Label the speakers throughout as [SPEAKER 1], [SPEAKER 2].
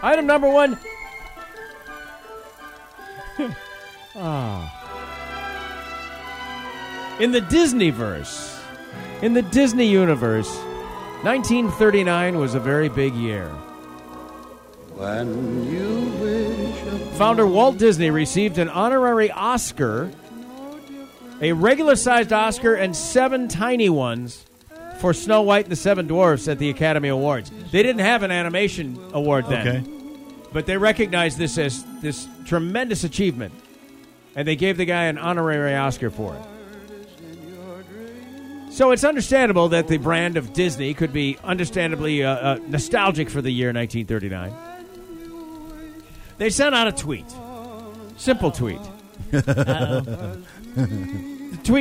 [SPEAKER 1] Item number one. ah. In the Disneyverse, in the Disney universe, 1939 was a very big year. Founder Walt Disney received an honorary Oscar, a regular sized Oscar, and seven tiny ones for Snow White and the Seven Dwarfs at the Academy Awards. They didn't have an animation award then,
[SPEAKER 2] Okay.
[SPEAKER 1] but they recognized this as this tremendous achievement, and they gave the guy an honorary Oscar for it. So it's understandable that the brand of Disney could be understandably uh, uh, nostalgic for the year 1939. They sent out a tweet, simple tweet. Tweet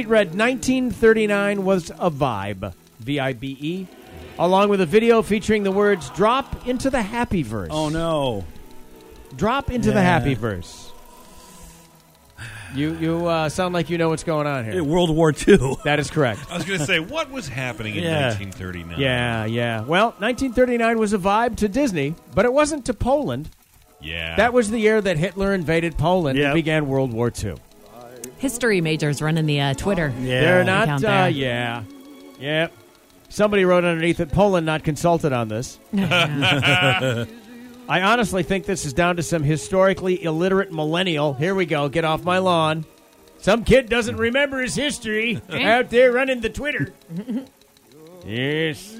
[SPEAKER 1] read 1939 was a vibe, V I B E, along with a video featuring the words drop into the happy verse.
[SPEAKER 2] Oh no.
[SPEAKER 1] Drop into the
[SPEAKER 2] Yeah.
[SPEAKER 1] happy verse. You you uh, sound like you know what's going on
[SPEAKER 2] Eh,
[SPEAKER 1] here.
[SPEAKER 2] World War II.
[SPEAKER 1] That is correct.
[SPEAKER 3] I was going to say, what was happening in
[SPEAKER 2] Yeah.
[SPEAKER 3] 1939?
[SPEAKER 1] Yeah, yeah. Well, 1939 was a vibe to Disney, but it wasn't to Poland.
[SPEAKER 3] Yeah.
[SPEAKER 1] That was the year that Hitler invaded Poland
[SPEAKER 2] Yep.
[SPEAKER 1] and began World War II.
[SPEAKER 4] History majors running the uh, Twitter.
[SPEAKER 2] Yeah.
[SPEAKER 1] They're
[SPEAKER 4] Count
[SPEAKER 1] not.
[SPEAKER 4] there.
[SPEAKER 1] Uh, yeah, yeah. Somebody wrote underneath it. Poland not consulted on this. I honestly think this is down to some historically illiterate millennial. Here we go. Get off my lawn. Some kid doesn't remember his history out there running the Twitter. yes.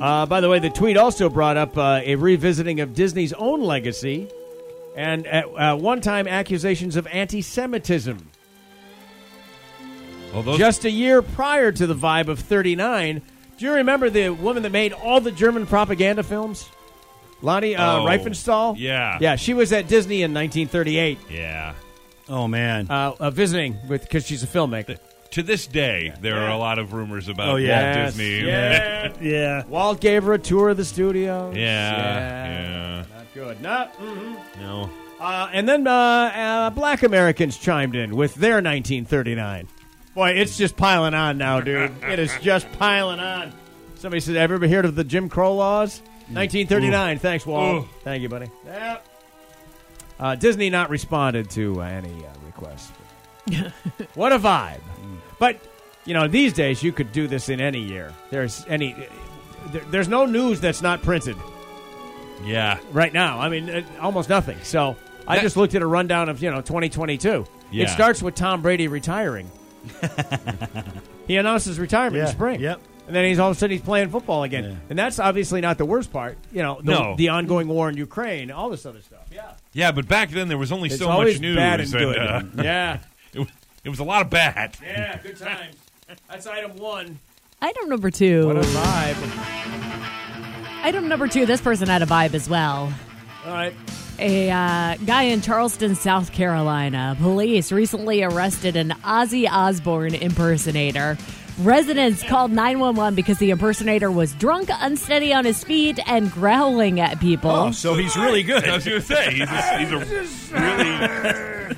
[SPEAKER 1] Uh, by the way, the tweet also brought up uh, a revisiting of Disney's own legacy and at uh, one time accusations of anti Semitism.
[SPEAKER 3] Well, those-
[SPEAKER 1] Just a year prior to the vibe of 39, do you remember the woman that made all the German propaganda films? Lonnie uh,
[SPEAKER 3] Oh,
[SPEAKER 1] Riefenstahl?
[SPEAKER 3] yeah.
[SPEAKER 1] Yeah, she was at Disney in 1938
[SPEAKER 3] yeah.
[SPEAKER 2] Oh man.
[SPEAKER 1] uh, uh, visiting with because she's a filmmaker.
[SPEAKER 3] To this day, there are a lot of rumors about
[SPEAKER 2] Oh, yeah.
[SPEAKER 3] Walt Disney.
[SPEAKER 1] Yes, yeah.
[SPEAKER 2] yeah.
[SPEAKER 1] Walt gave her a tour of the studio.
[SPEAKER 3] Yeah. Yeah.
[SPEAKER 1] Not good. Not. mhm.
[SPEAKER 3] No.
[SPEAKER 1] Uh, and then uh, uh, black Americans chimed in with their 1939. Boy, it's just piling on now, dude. It is just piling on. Somebody said, "Have you ever heard of the Jim Crow laws?" 1939. Thanks, Walt.
[SPEAKER 3] Mm. Ooh.
[SPEAKER 1] Thank you, buddy. Yep. Uh, Disney not responded to uh, any uh, requests. what a vibe!
[SPEAKER 3] Mm.
[SPEAKER 1] But you know, these days you could do this in any year. There's any. uh, There, there's no news that's not printed
[SPEAKER 3] Yeah.
[SPEAKER 1] right now. I mean, uh, almost nothing. So I
[SPEAKER 3] That-
[SPEAKER 1] just looked at a rundown of you know 2022.
[SPEAKER 3] Yeah.
[SPEAKER 1] It starts with Tom Brady retiring. he announced his retirement
[SPEAKER 2] Yeah,
[SPEAKER 1] in spring.
[SPEAKER 2] yep.
[SPEAKER 1] And then he's all of a sudden he's playing football again, and that's obviously not the worst part. You know, the,
[SPEAKER 3] No.
[SPEAKER 1] the ongoing war in Ukraine, all this other stuff. Yeah,
[SPEAKER 3] Yeah, but back then there was only
[SPEAKER 1] it's
[SPEAKER 3] so
[SPEAKER 1] always
[SPEAKER 3] much news.
[SPEAKER 1] bad and good.
[SPEAKER 3] uh,
[SPEAKER 1] yeah,
[SPEAKER 3] it, was, it was a lot of bad.
[SPEAKER 1] yeah, good times. That's item one.
[SPEAKER 4] Item number two.
[SPEAKER 1] What a vibe!
[SPEAKER 4] Item number two. This person had a vibe as well.
[SPEAKER 1] All right,
[SPEAKER 4] A uh, guy in Charleston, South Carolina, police recently arrested an Ozzy Osbourne impersonator. Residents called 911 because the impersonator was drunk, unsteady on his feet, and growling at people.
[SPEAKER 2] Oh, So he's really good.
[SPEAKER 3] I was going to say, he's a, he's a really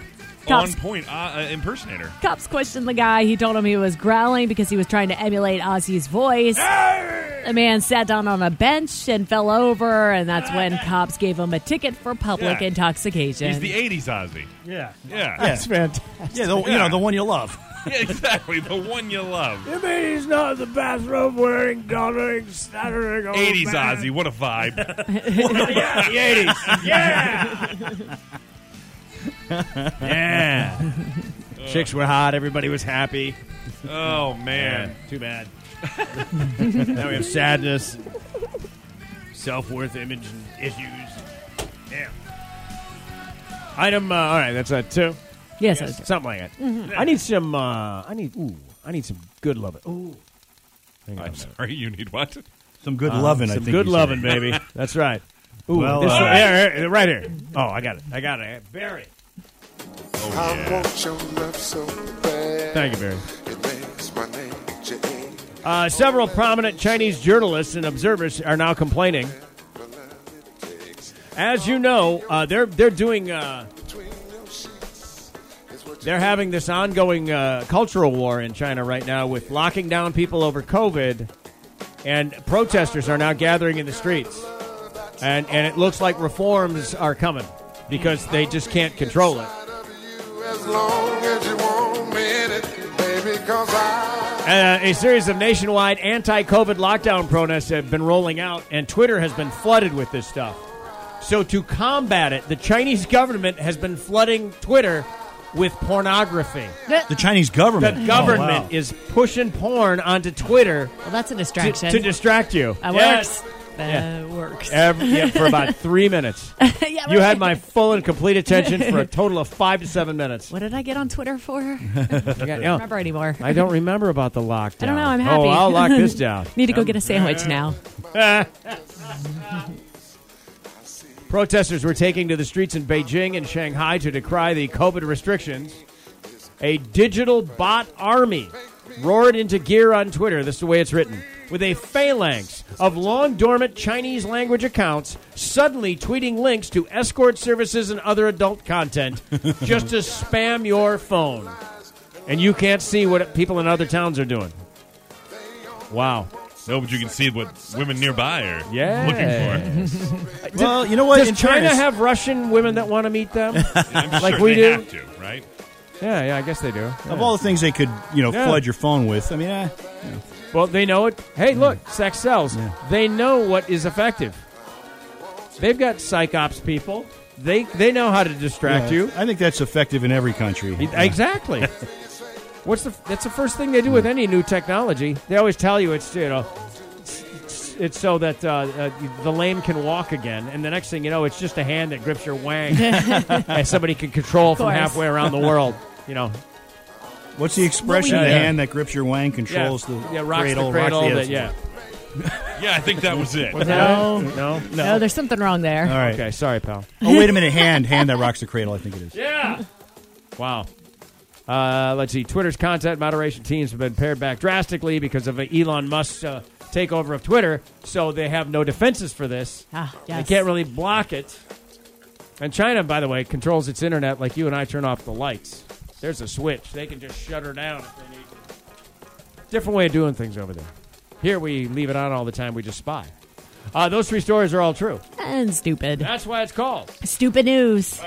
[SPEAKER 3] on
[SPEAKER 4] Cops-
[SPEAKER 3] point uh, uh, impersonator.
[SPEAKER 4] Cops questioned the guy. He told him he was growling because he was trying to emulate Ozzy's voice. The man sat down on a bench and fell over, and that's when cops gave him a ticket for public
[SPEAKER 3] Yeah.
[SPEAKER 4] intoxication.
[SPEAKER 3] He's the 80s Ozzy.
[SPEAKER 2] Yeah.
[SPEAKER 3] Yeah.
[SPEAKER 1] that's fantastic.
[SPEAKER 2] Yeah, the, you know, the one you love.
[SPEAKER 3] yeah, exactly. The one you love.
[SPEAKER 1] You mean he's not the bathrobe wearing, doddering, stuttering,
[SPEAKER 3] 80s Ozzy. What a vibe.
[SPEAKER 1] Yeah, the 80s. Yeah. yeah. Chicks were hot. Everybody was happy.
[SPEAKER 3] Oh, man.
[SPEAKER 1] Too bad. now we have sadness, self worth image issues. Damn. Item, uh, all right, that's uh, two.
[SPEAKER 4] yes,
[SPEAKER 1] Yes,
[SPEAKER 4] that's-
[SPEAKER 1] something like that. I need some, uh, I need, ooh, I need some good love. Ooh. Hang on a
[SPEAKER 3] I'm
[SPEAKER 1] minute.
[SPEAKER 3] sorry. You need what?
[SPEAKER 2] Some good loving, I
[SPEAKER 1] Uh, Some
[SPEAKER 2] think.
[SPEAKER 1] good
[SPEAKER 2] you said.
[SPEAKER 1] loving, baby. That's right. Ooh,
[SPEAKER 2] Well,
[SPEAKER 1] this
[SPEAKER 2] uh,
[SPEAKER 1] one- here, here, right here. Oh, I got it. I got it. Barry.
[SPEAKER 5] I want your love so bad.
[SPEAKER 1] Thank you, Barry.
[SPEAKER 5] It makes my nature ache.
[SPEAKER 1] Uh, several prominent Chinese journalists and observers are now complaining. As you know, uh, they're they're doing uh, they're having this ongoing uh, cultural war in China right now with locking down people over COVID, and protesters are now gathering in the streets, and and it looks like reforms are coming because they just can't control it.
[SPEAKER 5] As long as you want me, in it, baby, 'cause I
[SPEAKER 1] Uh, a series of nationwide anti COVID lockdown protests have been rolling out, and Twitter has been flooded with this stuff. So, to combat it, the Chinese government has been flooding Twitter with pornography.
[SPEAKER 2] The Chinese government.
[SPEAKER 1] The government
[SPEAKER 2] Oh, wow.
[SPEAKER 1] is pushing porn onto Twitter
[SPEAKER 4] Well, that's a
[SPEAKER 1] to,
[SPEAKER 4] distraction. Uh,
[SPEAKER 1] to distract you.
[SPEAKER 4] that
[SPEAKER 1] Yes.
[SPEAKER 4] works. That
[SPEAKER 1] Yeah.
[SPEAKER 4] works.
[SPEAKER 1] Every- yeah, for about three minutes.
[SPEAKER 4] Yeah,
[SPEAKER 1] You
[SPEAKER 4] right.
[SPEAKER 1] had my full and complete attention for a total of five to seven minutes.
[SPEAKER 4] What did I get on Twitter for? I
[SPEAKER 1] You got-
[SPEAKER 4] don't
[SPEAKER 1] yeah.
[SPEAKER 4] remember anymore.
[SPEAKER 1] I don't remember about the lockdown.
[SPEAKER 4] I don't know. I'm happy.
[SPEAKER 1] Oh, I'll lock this down.
[SPEAKER 4] Need to go get a sandwich now.
[SPEAKER 1] Protesters were taking to the streets in Beijing and Shanghai to decry the COVID restrictions. A digital bot army roared into gear on Twitter. This is the way it's written. With a phalanx of long dormant Chinese language accounts suddenly tweeting links to escort services and other adult content just to spam your phone. And you can't see what people in other towns are doing. Wow.
[SPEAKER 3] No, but you can see what women nearby are
[SPEAKER 1] Yeah.
[SPEAKER 3] looking for.
[SPEAKER 2] Well, you know what?
[SPEAKER 1] Does
[SPEAKER 2] in
[SPEAKER 1] China
[SPEAKER 2] fairness-
[SPEAKER 1] have Russian women that want to meet them?
[SPEAKER 3] I'm
[SPEAKER 1] Like
[SPEAKER 3] sure
[SPEAKER 1] we
[SPEAKER 3] they
[SPEAKER 1] do?
[SPEAKER 3] have to, right?
[SPEAKER 1] Yeah, yeah, I guess they do.
[SPEAKER 2] of all the things they could, you know,
[SPEAKER 1] Yeah.
[SPEAKER 2] flood your phone with? I mean, eh,
[SPEAKER 1] Well, they know it. Hey,
[SPEAKER 2] Mm.
[SPEAKER 1] look, sex sells. They know what is effective. They've got psych ops people. They they know how to distract you.
[SPEAKER 2] I think that's effective in every country.
[SPEAKER 1] Exactly. What's the? That's the first thing they do with
[SPEAKER 2] Hmm.
[SPEAKER 1] any new technology. They always tell you it's you know. it's- it's- It's so that uh, uh, the lame can walk again, and the next thing you know, it's just a hand that grips your wang, and somebody can control from
[SPEAKER 4] course.
[SPEAKER 1] halfway around the world. You know,
[SPEAKER 2] What's the expression?
[SPEAKER 1] Yeah,
[SPEAKER 2] the
[SPEAKER 1] yeah.
[SPEAKER 2] hand that grips your wang
[SPEAKER 1] yeah,
[SPEAKER 2] controls the
[SPEAKER 1] yeah, rocks
[SPEAKER 2] cradle.
[SPEAKER 1] the cradle.
[SPEAKER 2] rocks the
[SPEAKER 1] that-
[SPEAKER 2] other-
[SPEAKER 1] yeah,
[SPEAKER 3] Yeah, I think that was it.
[SPEAKER 1] no, no,
[SPEAKER 4] No, there's something wrong there.
[SPEAKER 2] All right.
[SPEAKER 1] Okay, sorry, pal.
[SPEAKER 2] Oh, wait a minute. Hand, hand that rocks the cradle. I think it is.
[SPEAKER 1] Yeah. wow. Uh, let's see. Twitter's content moderation teams have been pared back drastically because of Elon Musk's uh, takeover of Twitter, so they have no defenses for this.
[SPEAKER 4] Ah, yes.
[SPEAKER 1] They can't really block it. And China, by the way, controls its internet like you and I turn off the lights. There's a switch. They can just shut her down if they need to. Different way of doing things over there. Here we leave it on all the time. We just spy. Uh, those three stories are all true.
[SPEAKER 4] And stupid.
[SPEAKER 1] That's why it's called.
[SPEAKER 4] Stupid news.